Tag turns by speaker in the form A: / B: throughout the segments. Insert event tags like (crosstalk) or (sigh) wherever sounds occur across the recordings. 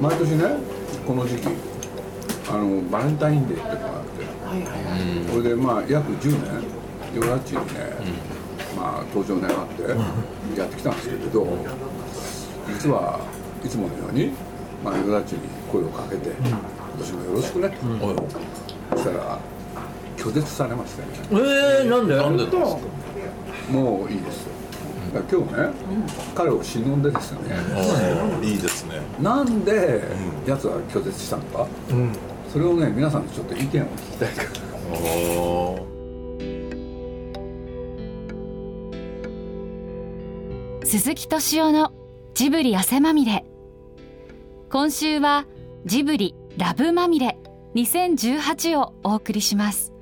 A: 毎年ねこの時期あのバレンタインデーってのがあって
B: はいはいはい
A: それでまあ約10年ヨラッチにね、まあ登場願ってやってきたんですけれど実はいつものように、まあ、ヨラッチに声をかけて「私もよろしくね」
C: おい
A: そしたら拒絶されましてね
C: えー、なんでなんで
B: 本当
A: もういいですだから今日ね、彼を忍んでですね、
C: あ
D: いいですね
A: なんでやつは拒絶したのか、それをね皆さんにちょっと意見を聞きたいから
C: ー
E: 鈴木敏夫のジブリ汗まみれ今週はジブリラブまみれ2018をお送りします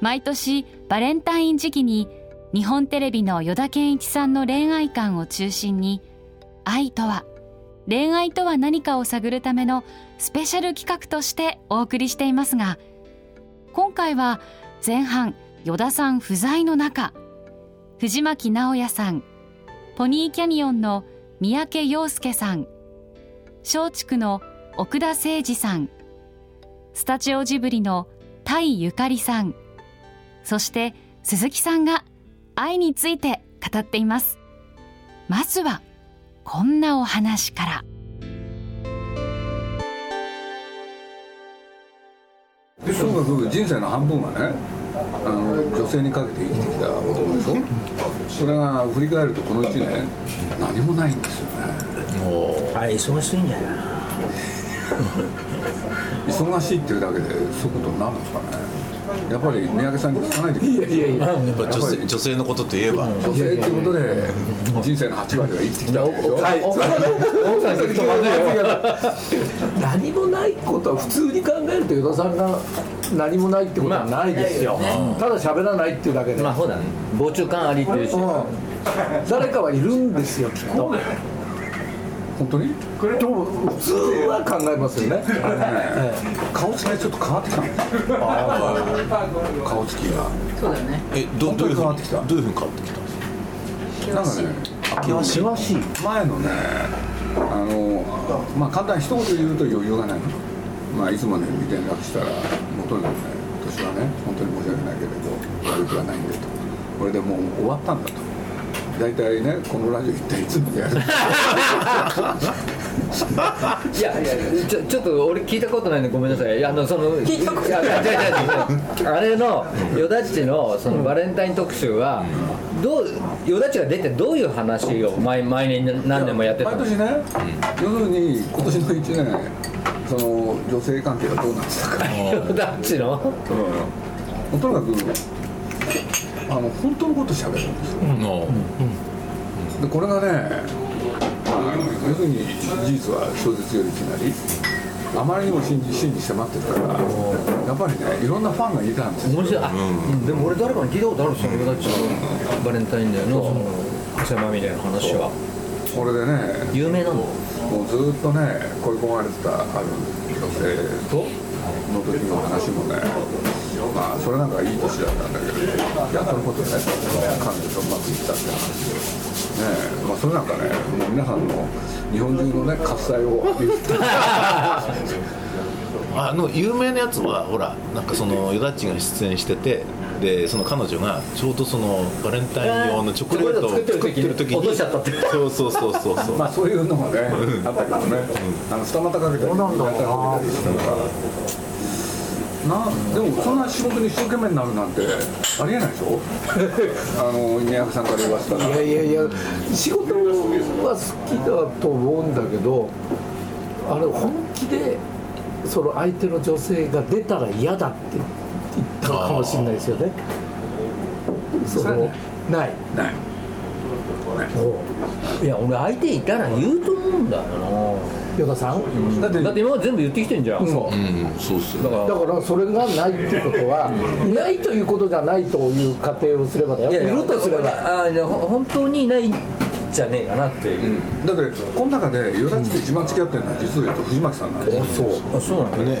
E: 毎年バレンタイン時期に日本テレビの依田健一さんの恋愛観を中心に愛とは恋愛とは何かを探るためのスペシャル企画としてお送りしていますが今回は前半依田さん不在の中藤巻直也さんポニーキャニオンの三宅洋介さん松竹の奥田誠二さんスタジオジブリの田井ゆかりさんそして鈴木さんが愛について語っていますまずはこんなお話から
A: でともかく人生の半分はねあの女性にかけて生きてきた男でしょそれが振り返るとこの1年何もないんですよね
C: も
F: あ忙しいんじゃない
A: 忙しいっていうだけでそういうことになるんですかねやっぱり三宅さんに聞かないでください
C: う
D: やっぱ女性女性のことといえば、
A: 女性っていうことで人生の8割は生きてきたわけでしょ、
B: 何もないことは普通に考えると与田さんが何もないってことはないですよ、ただ喋らないっていうだけで、
F: まあそうだね傍聴感ありっていうし
B: うん誰かはいるんですよきっと
A: 本当に
B: でも普通は考えますよね
A: あ
F: (laughs)
A: のね顔つきがちょっと変わってきたんですよ顔つきが
D: えどどういうふう
A: 本当に変わ
D: に
A: ってきた
D: どういうふうに変わってきたんですか
A: なんかね険しい前のねあのまあ簡単に一言で言うと余裕がないのまあいつもね見連絡したらもうとにかくね私はね本当に申し訳ないけれど悪くはないんでとこれでもう終わったんだと大体ねこのラジオ一体いつまでやる (laughs)
F: いやいやちょちょっと俺聞いたことないんでごめんなさいいやあのその聞いたことないや違う違う違うあれの与田ちのそのバレンタイン特集はどう与田ちが出てどういう話を毎毎年何年もやってた
A: 毎
F: の
A: 年ね要するに今年の一年その女性関係がどうなってたか
F: 与田ちの
A: もうとにかくあの本当のこと喋るんですよ
C: の
A: でこれがねあの要するに事実は小説よりいきなりあまりにも真実真に迫ってたからやっぱりねいろんなファンがいたんですよ
F: 面白いあ、でも俺誰かに聞いたことあるんですよ与田ちのバレンタインデーのその汗まみれの話は
A: これでね
F: 有名なの
A: もうずっとね恋焦がれてたある女性との時の話もねまあそれなんかいい年だったんだけどやっとのことね彼女とうまくいったって話でねまあそれなんかねもう皆さんの日本中のね喝采を浴びるっていう
D: あの有名なやつはほらなんかそのヨダッチが出演しててでその彼女がちょうどそのバレンタイン用のチョコレートを
F: チョコレート
D: 作
F: 作
D: っる時
F: っててる時
D: に
F: に落としちゃったって
D: そうそうそうそうそう
A: まあそういうのもね、あったけどね、あの二股かけたり、なんだろうな。な、でもそんな仕事に一生懸命になるなんてありえないでしょ。あの宮宅さんから言わせたら
B: い、やいやいや仕事は好きだと思うんだけどあれ本気でその相手の女性が出たら嫌だって言ったのかもしれないですよねそのない
A: ない。
F: いや俺相手いたら言うと思うんだよな
B: 与田さん、だって
F: だって今まで全部言ってきてんじゃん、
B: うん
D: うんそうっすよ
F: だから
B: だからそれがないっていうことはいないということじゃないという仮定をすればだよ
F: い
B: い
F: やいや
B: るとすれば
F: あーじゃあほ本当にいないんじゃねえかなっていう、
A: だってこの中で与田っちで一番付き合ってるのは実を言うと藤巻さんなんですよ。
B: そう
F: あそうなんだね
B: いない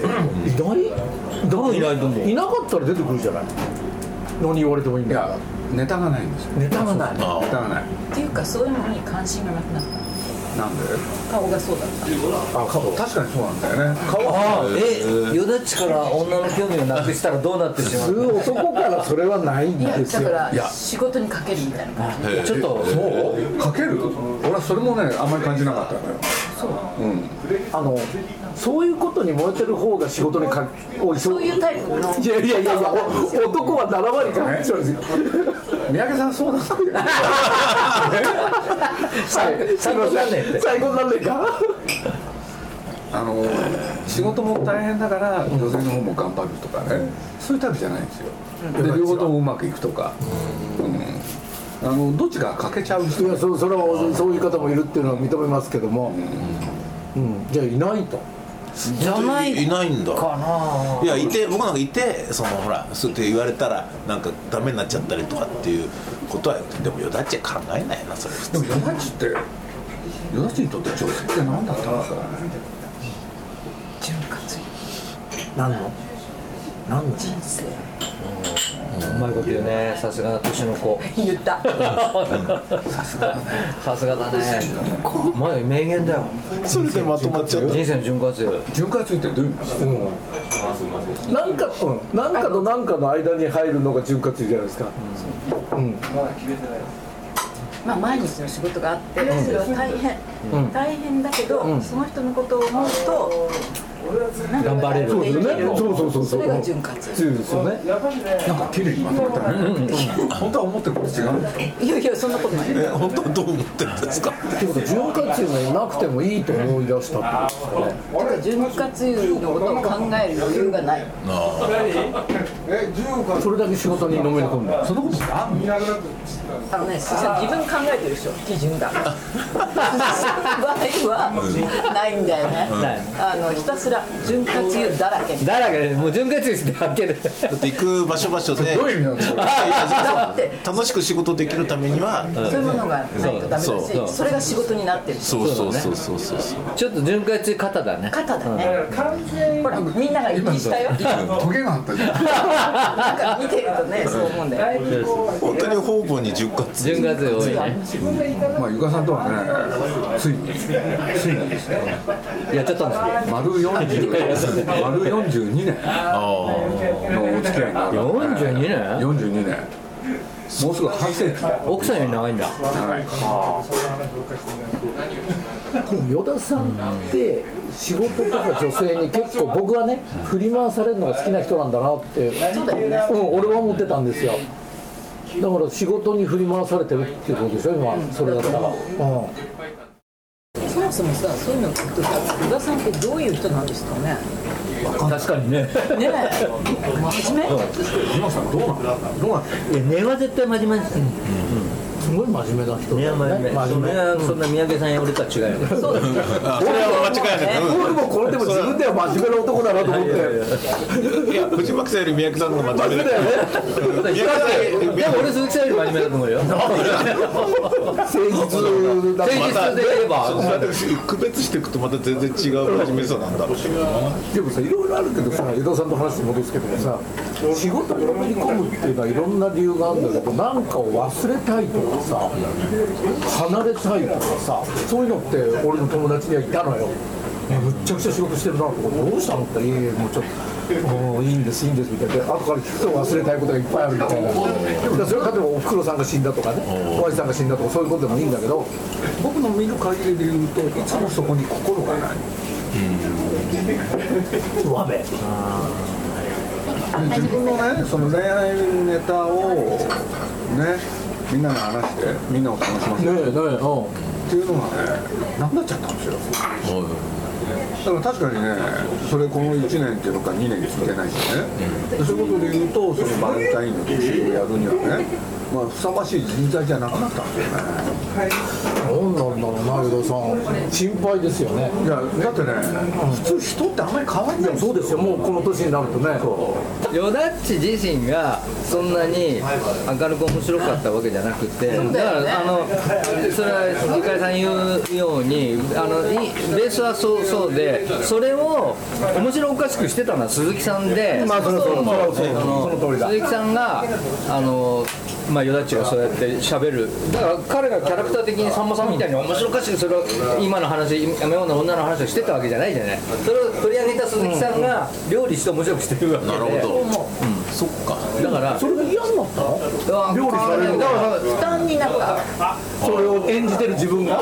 F: 多分いないと思う
B: いなかったら出てくるじゃない何言われてもいいん
A: い
B: だから
A: やネタがないんですよ。
B: ネタがない
A: ネタがない。
G: っていうかそういうものに関心がなくなった
A: なんで
G: 顔がそうだっ
A: あ顔確かにそうなんだよね顔
F: ああえよだちから女の興味をなくしたらどうなってしま
B: 普
F: う
B: 通男からそれはないん
G: た
B: です
G: だ
B: よ
G: から仕事にかけるみたいな感じ
F: ちょっと
A: そうかける俺はそれもねあんまり感じなかったのよ
B: あのそういうことに燃えてる方が仕事にかおそ
G: そういうタイプの
B: いやいやいやいやお男は7割かかっちゃうんですよ
A: 三宅さんそうなんだよ
B: 最高何年最高何年か
A: あの仕事も大変だから女性の方も頑張るとかね、そういうタイプじゃないんですよ、で両方ともうまくいくとか、うんあのどっちか欠けちゃう人
B: いやそそれはそういう方もいるっていうのは認めますけども、うんじゃあいないと
F: じゃ (laughs) ない
D: いないんだ
F: かない
D: やいて僕なんかいてそのほらそうやって言われたらなんかダメになっちゃったりとかっていうことはでもよだちは考えないなそれ普
A: で
D: 通
A: もヨダチってヨダチにとって女性って何だったんですかね
G: 潤滑
B: 何の何の
G: 人生
F: うまいこと言うねさすが年の子
G: 言った
F: さすがだね前名言だよ
D: それでまとまっちゃ
F: 人生の潤滑油
A: 潤滑油ってどういう意味ですか
B: なんか、うん、なんかとなんかの間に入るのが潤滑油じゃないですか、
G: まあ毎日の仕事があってそれは大変、大変だけど、その人のことを思うと
F: 頑張れる
B: そうですよねそうそうそう
G: それ
B: う
G: が
B: ん
G: 潤滑
B: そうですよね
A: なんか綺麗にまとめたね本当は思ってること違うんですよ
G: いやいやそんなことない
D: え本当は (laughs) どう思ってるんですか
B: ってこと潤滑油がなくてもいいと思い出したって
G: だから潤滑油のことを考える余裕がない
B: それだけ仕事にのめり込んだ
A: そのことってあんの
G: あのね鈴木さん自分考えてるでしょ基準が鈴木さんの場合はないんだよね、
F: ない
G: あのひたすら潤滑油だらけ
F: だらけでもう潤滑油ですだけで
D: だって行く場所場所で
A: どういう意味なんですか
D: いや
G: だって
D: そう楽しく仕事できるためには
G: そういうものがないとダメだし
F: そう
G: それが仕事になってる
D: そうそうそうそうそうそう
F: ちょっと潤滑油肩だね
G: 肩だねほらみんなが一致したよ
A: トゲがあったじゃん
G: なんか見てるとねそう思うんだよ
D: 本当に方々に潤滑
F: 潤滑油多いね
A: まあゆかさんとはねついについにですね
F: いやちょっとね
A: 丸40丸42年のお付き合いになる
F: 42年
A: 42年もうすぐ半世紀
F: 奥さんより長いんだ
B: 与田さんって仕事とか女性に結構僕はね振り回されるのが好きな人なんだなって
G: そうだよね
B: うん、俺は思ってたんですよだから仕事に振り回されてるっていうことでしょ今それだったら、うん、
G: そもそもさそういうの聞くとさ宇賀さんってどういう人なんですかね
F: 確かにね
G: ねえ真面目
F: 根は絶対真面目です
B: すごい真面目な人だ
F: 根は真
B: よね
F: 面目
B: 真
F: そ
B: 面目
F: れはそんな三宅さんや俺とは違うよね
G: そうだね
D: それは間違いない
G: そ
B: 俺もこれでも自分では真面目な男だなと思って
D: いや藤巻さんより三宅さんの方が真面目だよね
F: でも俺鈴木さんより真面目だと思うよ
B: 誠実だ
F: 誠
D: また
F: 実で言えば
D: 区別していくとまた全然違う真面目さなんだろうけど
B: でもさいろいろあるけどさ江田さんの話に戻すけどさ仕事にのめり込むっていうのはいろんな理由があるんだけどなんかを忘れたいとかさ離れたいとかさそういうのって俺の友達にはいたのよ。いやむっちゃくちゃ仕事してるなとかどうしたのって言って「いやいやもうちょっともういいんですいいんです」みたいなで後から聞くと忘れたいことがいっぱいあるみたいなだからそれは例えばおふくろさんが死んだとかねおやじさんが死んだとかそういうことでもいいんだけど
A: 僕の見る限りで言うといつもそこに心がない
B: わべ
A: 自分のねその恋愛ネタをねみんなに話してみんなを楽しませ
B: ねえ
A: る
B: ねえうん
A: っていうのがねなくなっちゃったんですよだから確かにねそれこの1年っていうのか2年続けないしね、でそういうことで言うとそのバレンタインの特集をやるにはねまあふさわしい人材じゃなくなったんですよね
B: 何なんだろうな江戸さん心配ですよね
A: いやだってね普通人ってあんまり変わんないんです
B: そうですよもうこの年になるとね
F: ヨダッチ自身がそんなに明るく面白かったわけじゃなくてだからあのそれは鈴鹿さん言うようにあのいベースはそうそうでそれを面白おかしくしてたのは鈴木さんで
B: まあそれはそうそうそう
F: あの
B: その通りだ
F: 鈴木さんがあのまあ、ヨダッチがそうやって喋るだから彼がキャラクター的にさんまさんみたいに面白おかしくそれを今の話今の女の話をしてたわけじゃないじゃないそれを取り上げた鈴木さんが料理して面白くしてるわけで
D: なるほど、そっか
F: だから
B: それが嫌になったの
F: 料理されるだから
G: 負担になった
B: それを演じてる自分が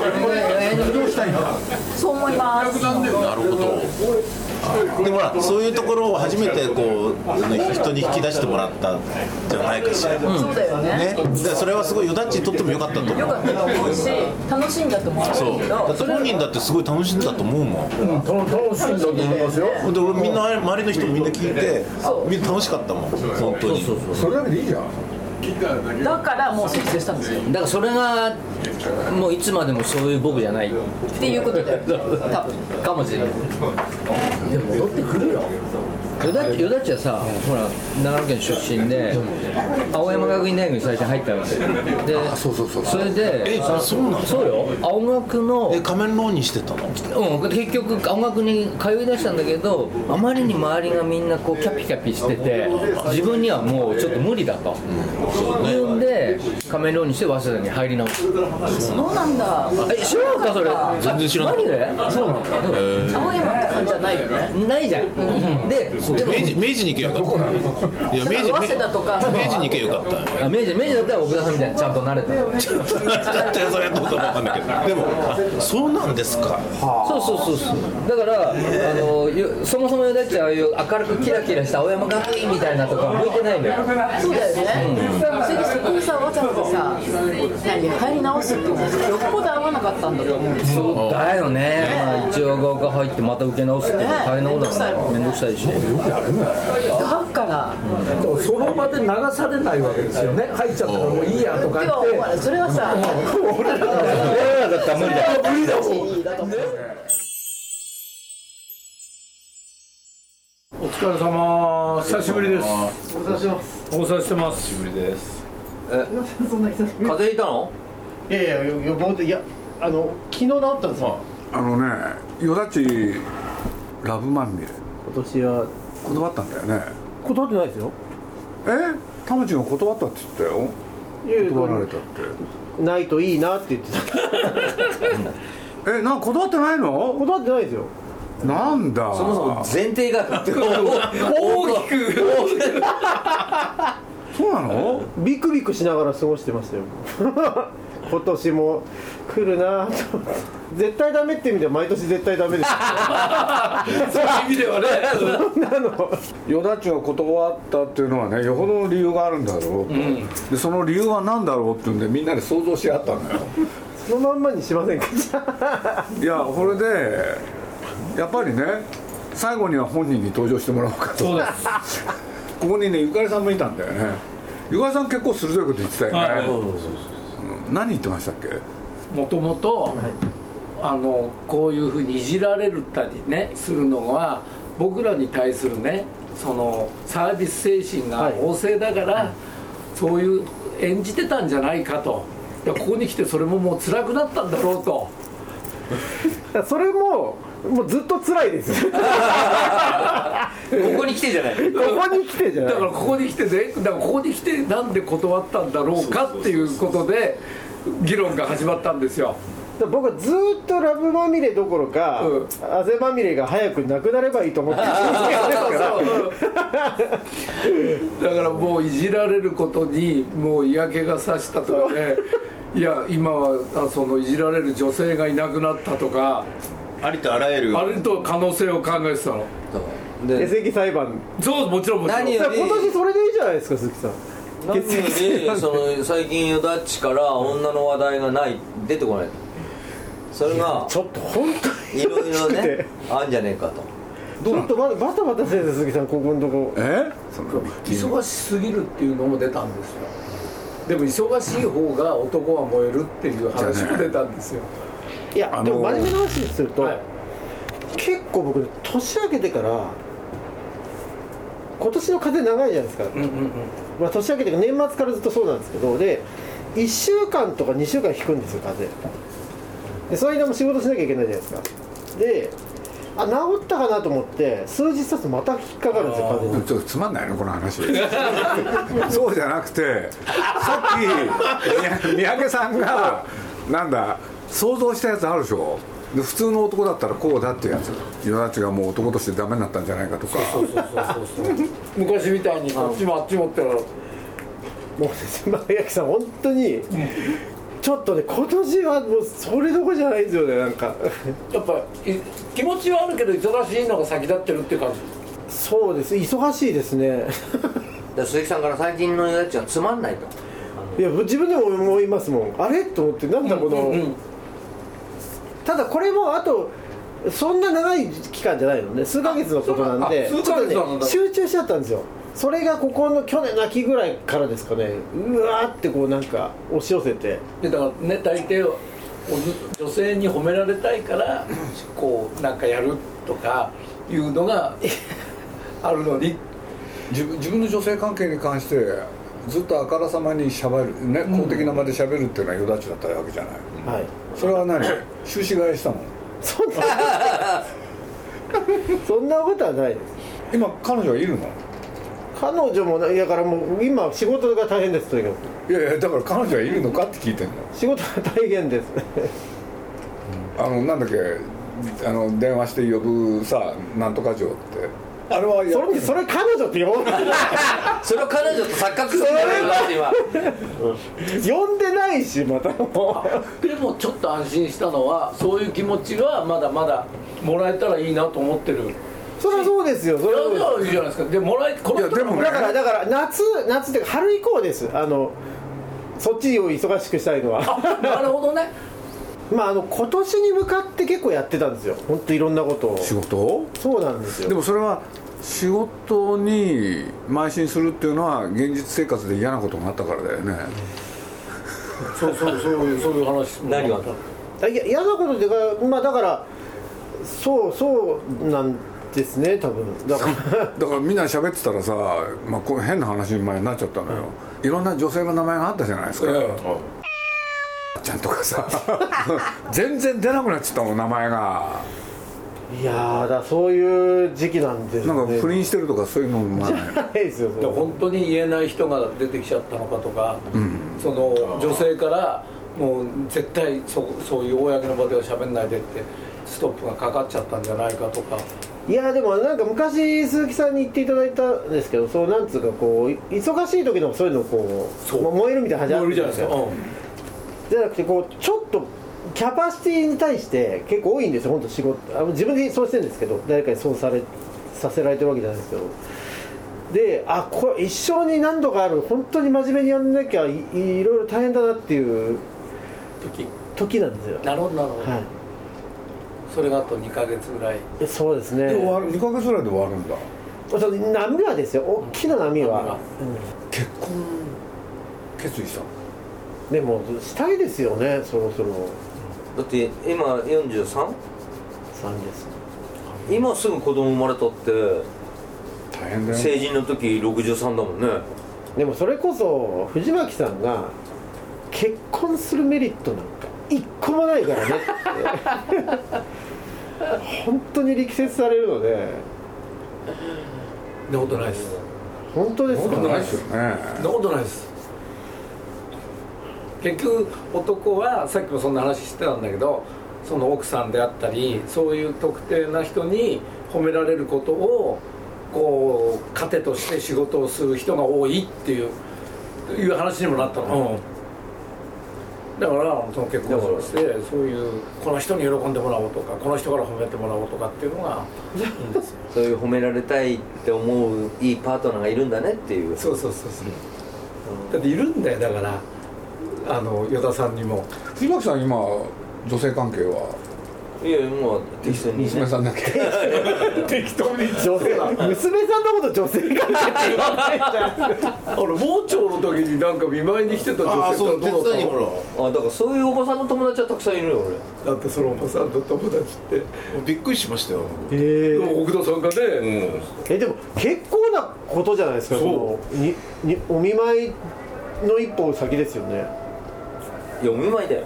G: そう思います
D: なるほどあでもまあそういうところを初めてこうあの人に引き出してもらったんじゃないかしら、
G: そうだよ
D: ね、
G: ね
D: だからそれはすごいよだっちにとっても良かったと思う
G: よかったと思うし楽しんだと思う
D: そう
G: け
D: だ
G: ど
D: って本人だってすごい楽しんだと思うもん
B: うんた楽しいんだと思いますよ
D: で俺みんな周りの人みんな聞いてみんな楽しかったもん本当に
A: それだけでいいじゃん
G: だからもう節制したんですよ
F: だからそれがもういつまでもそういう僕じゃない
G: っていうこと
F: (laughs)
G: で多分
F: かもしれない
B: でも戻ってくるよ
F: よだよだっちはさ、ほら長野県出身で青山学院大学に最初に入ったのでで
A: そうそうそう
F: それで
D: えそうなの
F: そうよ青学の
D: え仮面浪人してたの
F: うん、結局青学に通いだしたんだけどあまりに周りがみんなこうキャピキャピしてて自分にはもうちょっと無理だと、いうんで仮面浪人して早稲田に入り直す
G: そうなんだ
F: え知らなかったそれ
D: 全然知らなかっ
F: マジでそうな
G: 青山って感じじゃないよね
F: のないじゃん、ででも
D: 明治明治に行けばよかったいや明治
G: だから早稲田とか
D: 明治に行けばよかった
F: あ明治明治だったら奥田さんみたいにちゃんと慣れた
D: だってそれやったことわかんないけどでもあそうなんですか
F: そうそうそうそうだから、あのよそもそもよだっちはああいう明るくキラキラした青山学院みたいなとか向いてないんだよ
G: そうだよね、それでそこにさわざわざさ何入り直すっていうのはよっぽど合わなかったんだと思うんですよ
F: だよね、まあ、一応合格入ってまた受け直すって大変なことだもん面倒くさいし
G: だから
B: でもその場で流されないわけですよね入っちゃったからもういいやとか
G: で
B: 言
G: は
B: って
G: お前それはさ
B: 俺らが
F: (laughs) 俺らだったら無理だよ
B: 無理だもん
H: お疲れ様久しぶりですお久しぶりしてます
F: 風邪ひいたの
I: いやいや予防でいやあの昨日治ったんですよ
A: あのねよだちラブまみれ
H: 今年は
A: 断ったんだよね
H: 断ってないですよ
A: え田淵が断ったって言ったよ断られたっ
I: ないといいなって言ってた
A: てえなんか断ってないの
I: 断ってないですよ
A: なんだ
F: そもそも前提が大きく
A: そうなの
I: ビクビクしながら過ごしてましたよ (laughs) 今年も来るなと思って絶対ダメって意味では毎年絶対ダメです (laughs) そういう意味ではねそんなの
A: 与田町を断ったっていうのはねよほどの理由があるんだろうと、でその理由は何だろうっていうんでみんなで想像し合ったんだよ
I: そのまんまにしませんか (laughs) じゃあ
A: いやこれでやっぱりね最後には本人に登場してもらおうかと
H: そうです
A: ここにねゆかりさんもいたんだよねゆかりさん結構鋭いこと言ってたよね、
H: はい
A: うん何言ってましたっけ
H: もともとあのこういうふうにいじられるたりねするのは僕らに対するねそのサービス精神が旺盛だから、そういう演じてたんじゃないかといやここに来てそれももう辛くなったんだろうと
I: それももうずっと辛いですよこ
F: ここに来てじゃない
I: こに来てじゃな
H: だ
I: い
H: からここに来てねだからここに来てなんで断ったんだろうかっていうことで議論が始まったんですよ
I: 僕はずーっとラブまみれどころか、
H: うん
I: 汗まみれが早くなくなればいいと思ってる (laughs)
H: だからもういじられることにもう嫌気がさしたとかねいや今はあそのいじられる女性がいなくなったとか
D: ありとあらゆる
H: あれと可能性を考えてたの
I: エセギ裁判
H: そうもちろんもちろん
F: 何よ
I: だから今年それでいいじゃないですか鈴木さん
F: 何よりその最近よだっちから女の話題がない出てこないそれが
I: ちょっと本当に
F: いろいろ
I: きつく
F: ね
I: て
F: あんじゃねえかと
I: ちょっとまだバタバタしてるんですよ鈴木さんここのとこ
A: えその
H: 忙しすぎるっていうのも出たんですよでも忙しい方が男は燃えるっていう話も出たんですよ
I: いや、
A: あのー
I: でも真面目な話にすると、
H: はい
I: 結構僕年明けてから今年の風長いじゃないですか、まあ、年明けてから年末からずっとそうなんですけどで1週間とか2週間引くんですよ風でその間も仕事しなきゃいけないじゃないですかであ治ったかなと思って数日経つとまた引っかかるんですよ風
A: ちょっ
I: 邪
A: とつまんないのこの話 (laughs) そうじゃなくてさっきみ三宅さんがなんだ想像したやつあるでしょで普通の男だったらこうだっていうやつ友達がもう男としてダメになったんじゃないかとか
H: 昔みたいにこっちもあっちもって
I: もうね島崎さん本当にちょっとね今年はもうそれどころじゃないですよねなんか
H: やっぱい気持ちはあるけど忙しいのが先立ってるっていう感じ
I: そうです忙しいで
F: (laughs)
I: すね
F: ら鈴木さんから最近のヨダッチはつまんないと
I: いや自分でも思いますもんあれと思ってなんだこの、ただこれもあとそんな長い期間じゃないのね数ヶ月のことなんで
H: あそう
I: ちょ
H: か
I: っ
H: あ
I: と
H: 数ヶ月なん
I: ね
H: だ
I: 集中しちゃったんですよそれがここの去年の秋ぐらいからですかねうわーってこうなんか押し寄せて
H: でだからね大抵お女性に褒められたいからこうなんかやるとかいうのがあるのに
A: 自分自分の女性関係に関してずっとあからさまにしゃべるね公的な場でしゃべるっていうのはよだちだったわけじゃない、
I: はい
A: それは (laughs) 何終止替えしたもん
I: そんなそんなことはないです
A: 今彼女はいるの
I: 彼女もないだからもう今仕事が大変ですとにかく
A: いやいやだから彼女はいるのかって聞いてんの
I: 仕事が大変です
A: あのなんだっけあの電話して呼ぶさなんとか嬢ってあれはや
I: それにそれ彼女って呼んでない
F: それを彼女と錯覚するんだよヨダッチは
I: 呼んでないしま
H: (laughs)
I: たもう
H: でもちょっと安心したのはそういう気持ちはまだまだもらえたらいいなと思ってる
I: そりゃそうですよそ
H: そ
I: りゃ
H: れ
I: そうです
H: はいいじゃないですかでもらえこ
A: いや
H: の人
A: でもね
I: だからだから夏夏っていうか春以降ですあのそっちを忙しくしたいのは
H: あなるほどね
I: まああの今年に向かって結構やってたんですよ本当いろんなことを
A: 仕事
I: そうなんですよ
A: でもそれは仕事に邁進するっていうのは現実生活で嫌なことがあったからだよね
H: そうそうそういうそういう話も
F: 何があった
I: あいや嫌なことっていうかまあだからそうそうなんですね多分だから
A: だからみんな喋ってたらさ、まあ、こう変な話前になっちゃったのよ、いろんな女性の名前があったじゃないですか、ちゃんとかさ (laughs) 全然出なくなっちゃったもん名前が
I: (laughs) いやーだからそういう時期なんですね
A: なんか不倫してるとかそういうのもない
I: ないですよそ
H: で
I: れ
H: 本当に言えない人が出てきちゃったのかとか、その女性からもう絶対そそういう公の場では喋んないでってストップがかかっちゃったんじゃないかとか
I: いやでもなんか昔鈴木さんに言っていただいたんですけどそうなんつうかこう忙しい時でもそういうのこう
H: そう
I: 燃えるみたいな話あ
H: もうい
I: る
H: るじゃないですか、うん
I: じゃなくてこうちょっとキャパシティに対して結構多いんですよ本当仕事あの自分でそうしてるんですけど誰かにそうされさせられてるわけじゃないですけどであこれ一生に何度かある本当に真面目にやんなきゃいいろいろ大変だなっていう
H: 時
I: 時なんですよ
H: なるほどなるほど、
I: は
H: それがあと2か月ぐらい
I: いそうですね
A: で終わる2ヶ月ぐらいで終わるんだ
I: その波はですよ大きな波は、
A: 結婚決意したの
I: うんでもしたいですよねそろそろ
J: だって今 43?
I: 3です
J: 今すぐ子供生まれたって
A: 大変だよ
J: 成人の時63だもんね
I: でもそれこそ藤巻さんが結婚するメリットなんか一個もないからね (laughs) って本当に力説されるので
H: そんなことないです
I: 本当です
A: そん
I: か
A: なことないですよね
H: そんなことないです結局男はさっきもそんな話してたんだけどその奥さんであったりそういう特定な人に褒められることをこう糧として仕事をする人が多いっていういう話にもなったの、だからその結婚をしてそういうこの人に喜んでもらおうとかこの人から褒めてもらおうとかっていうのがいいんですよ
J: そういう褒められたいって思ういいパートナーがいるんだねっていう
H: そうそうそうそう、だっているんだよだからあの依田さんにも
A: 藤巻さん今女性関係はい
J: やもう適当に
A: 娘
J: ね
A: さんだ
J: (laughs)
A: け適当に
I: 女性娘さんのこと女性関係って言わないじゃん
H: あの盲腸の時になんか見舞いに来てた女性とどうだったの
J: あだからそういうおばさんの友達はたくさんいるよ俺
H: だってそのおばさんの友達って
D: びっくりしましたよ
I: えー
H: 奥田さんがね
I: えでも結構なことじゃないですかそのににお見舞いの一歩先ですよね
J: いやお見舞いだよ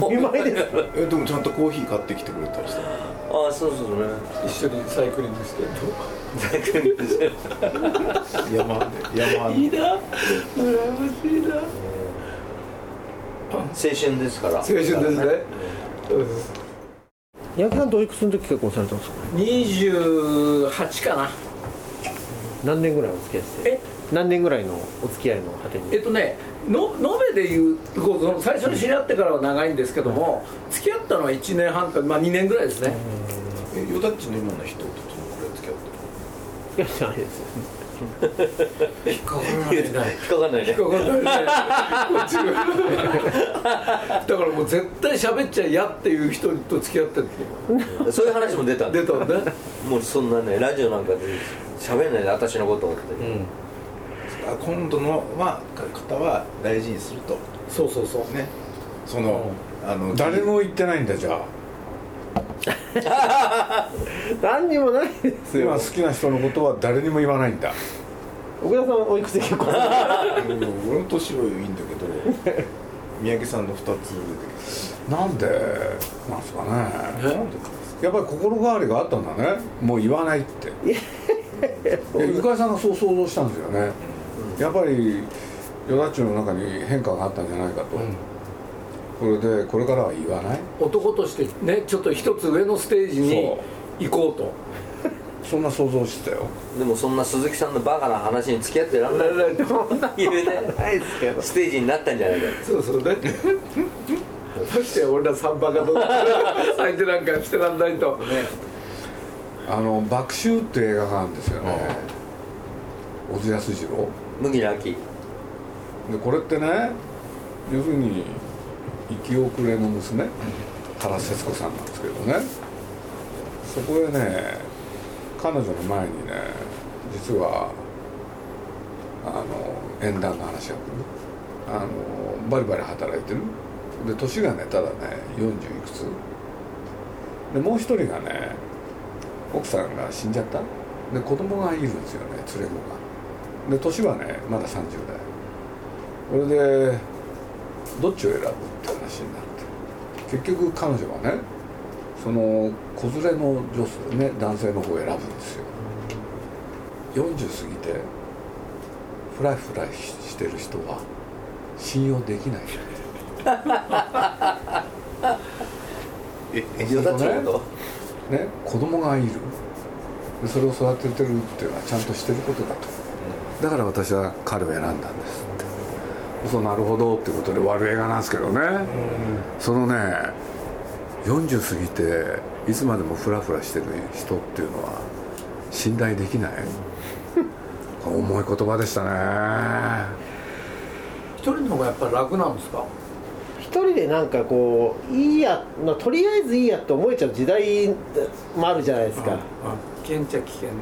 I: お見舞いです
D: えでもちゃんとコーヒー買ってきてくれたりした
J: ああそうそうね
A: 一緒にサイクリングして
D: 山で山
H: いいな羨ましいな
J: 青春ですから
A: 青春ですね
I: (laughs) 八木さんとおいくつの時結婚されたんですか
H: 28かな
I: 何年ぐらいお付き合いして
H: え
I: 何年ぐらいのお付き合いの果てに
H: えっとねの延べでいうこうその最初に知り合ってからは長いんですけども付き合ったのは1年半か、まあ、2年ぐらいですね
D: えヨダッチの今の人とそのこれ付き合って
I: いやじゃないです
H: 引っかからないな
J: 引っかかんないね
H: 引っかかんないねこっちがだからもう絶対喋っちゃ嫌っていう人と付き合ってて
J: そういう話も出たんだ
H: 出たんだね
J: もうそんなねラジオなんかで喋んないで私のことをって、
D: あ今度のは方は大事にすると
H: そうそうそう
D: ねその、あの
A: 誰も言ってないんだじゃあ
I: 何にもないです
A: 今
I: よ
A: 好きな人のことは誰にも言わないんだ
I: 奥田さんおいくつで結婚された
D: うん俺の年はいいんだけど (laughs) 三宅さんの2つ
A: なんでなんですかねやっぱり心変わりがあったんだねもう言わないっていやゆかりさんがそう想像したんですよねやっぱり与田中の中に変化があったんじゃないかと、これでこれからは言わない
H: 男としてねちょっと一つ上のステージに行こうと
A: そんな想像してたよ
J: でもそんな鈴木さんのバカな話に付き合ってらんない言う
I: な
J: ね
I: いですけど
J: ステージになったんじゃないか
H: そうそうねそして俺ら三番がどうか相手なんかしてらんないと、
A: あの「爆臭」って映画があるんですよね小津安二郎
J: 麦の秋
A: でこれってね要するに生き遅れの娘原節子さんなんですけどねそこへね彼女の前にね実はあの縁談の話が来るあのバリバリ働いてるで年がねただね40いくつでもう一人がね奥さんが死んじゃったで子供がいるんですよね連れ子がで年はねまだ30代それでどっちを選ぶって話になって結局彼女はねその子連れの女性ね男性の方を選ぶんですよ40過ぎてフライフライしてる人は信用できない
D: ええ
A: そうだ
J: 与田
A: ね
J: 町のこ
A: ね子供がいるでそれを育ててるっていうのはちゃんとしてることだとだから私は彼を選んだんですってそうなるほどってことで悪映画なんですけどね、そのね40過ぎていつまでもフラフラしてる人っていうのは信頼できない重い言葉でしたね
H: 一人の方がやっぱり楽なんですか
I: 一人でなんかこういいや、まあ、とりあえずいいやって思えちゃう時代もあるじゃないですか、
H: 危険っちゃ危険で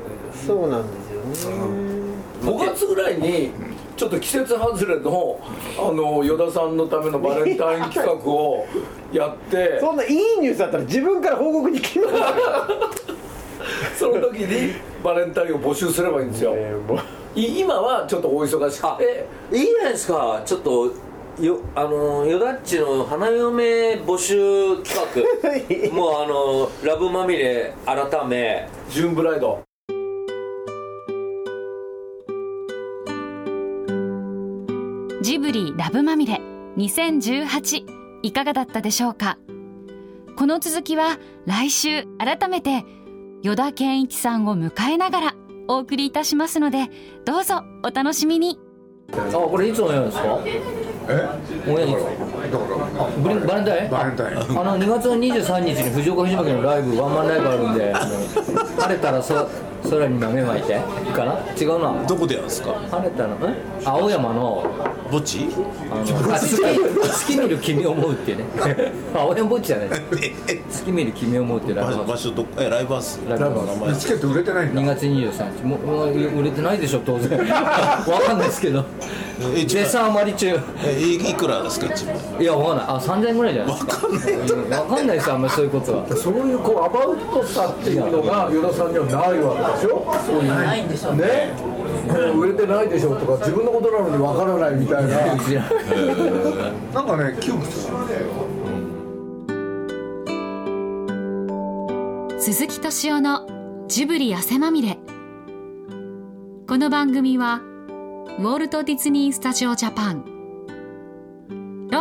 I: そうなんですよね、
H: 5月ぐらいにちょっと季節外れのあの依田さんのためのバレンタイン企画をやって
I: そんないいニュースだったら自分から報告に来ますよ
H: その時にバレンタインを募集すればいいんですよ
I: ねもう
H: い今はちょっとお忙しくて
J: いいじゃないですかちょっとよあのよだっちの花嫁募集企
F: (laughs)
J: 画もうあのラブまみれ改め
H: ジューンブライド
E: ジブリラブまみれ2018いかがだったでしょうかこの続きは来週改めて与田健一さんを迎えながらお送りいたしますのでどうぞお楽しみに
F: あこれいつのやるんですか
A: え
F: 俺に
A: だから
F: ブリバレンタイン
A: バレンタイン
F: あの2月の23日に藤岡藤巻のライブワンマンライブあるんであの晴れたらそ空に豆まいていいかな違うな
D: どこでやるんですか
F: 晴れたらえ青山の
D: 墓地
F: あのあ月月見る君を思うっていうね (laughs) 青山ぼっちじゃない
D: ええ
F: 月見る君を思うっていうライ
D: 場所
F: ブハ
D: 場
F: ウス
D: 所どこえライブハウス
F: ライブハウス
D: 名前
A: チケット売れてないんだ
F: 2月23日もうもう売れてないでしょ当然 (laughs) わかんないですけど
D: え一枚
F: 絶賛余り中
D: えいいくらですか一枚
F: いやわかんないあ三3000円ぐらいじゃないですかうんわかんないですあんまりそういうことは
H: そういうこうアバウトさっていうのが依田さんにはないわけでしょ
G: ないんでしょうね
H: ね
B: 売れてないでしょとか自分のことなのにわからないみたいな
A: なんかね窮屈だ
E: 鈴木敏夫のジブリ汗まみれこの番組はウォルト・ディズニー・スタジオ・ジャパンロ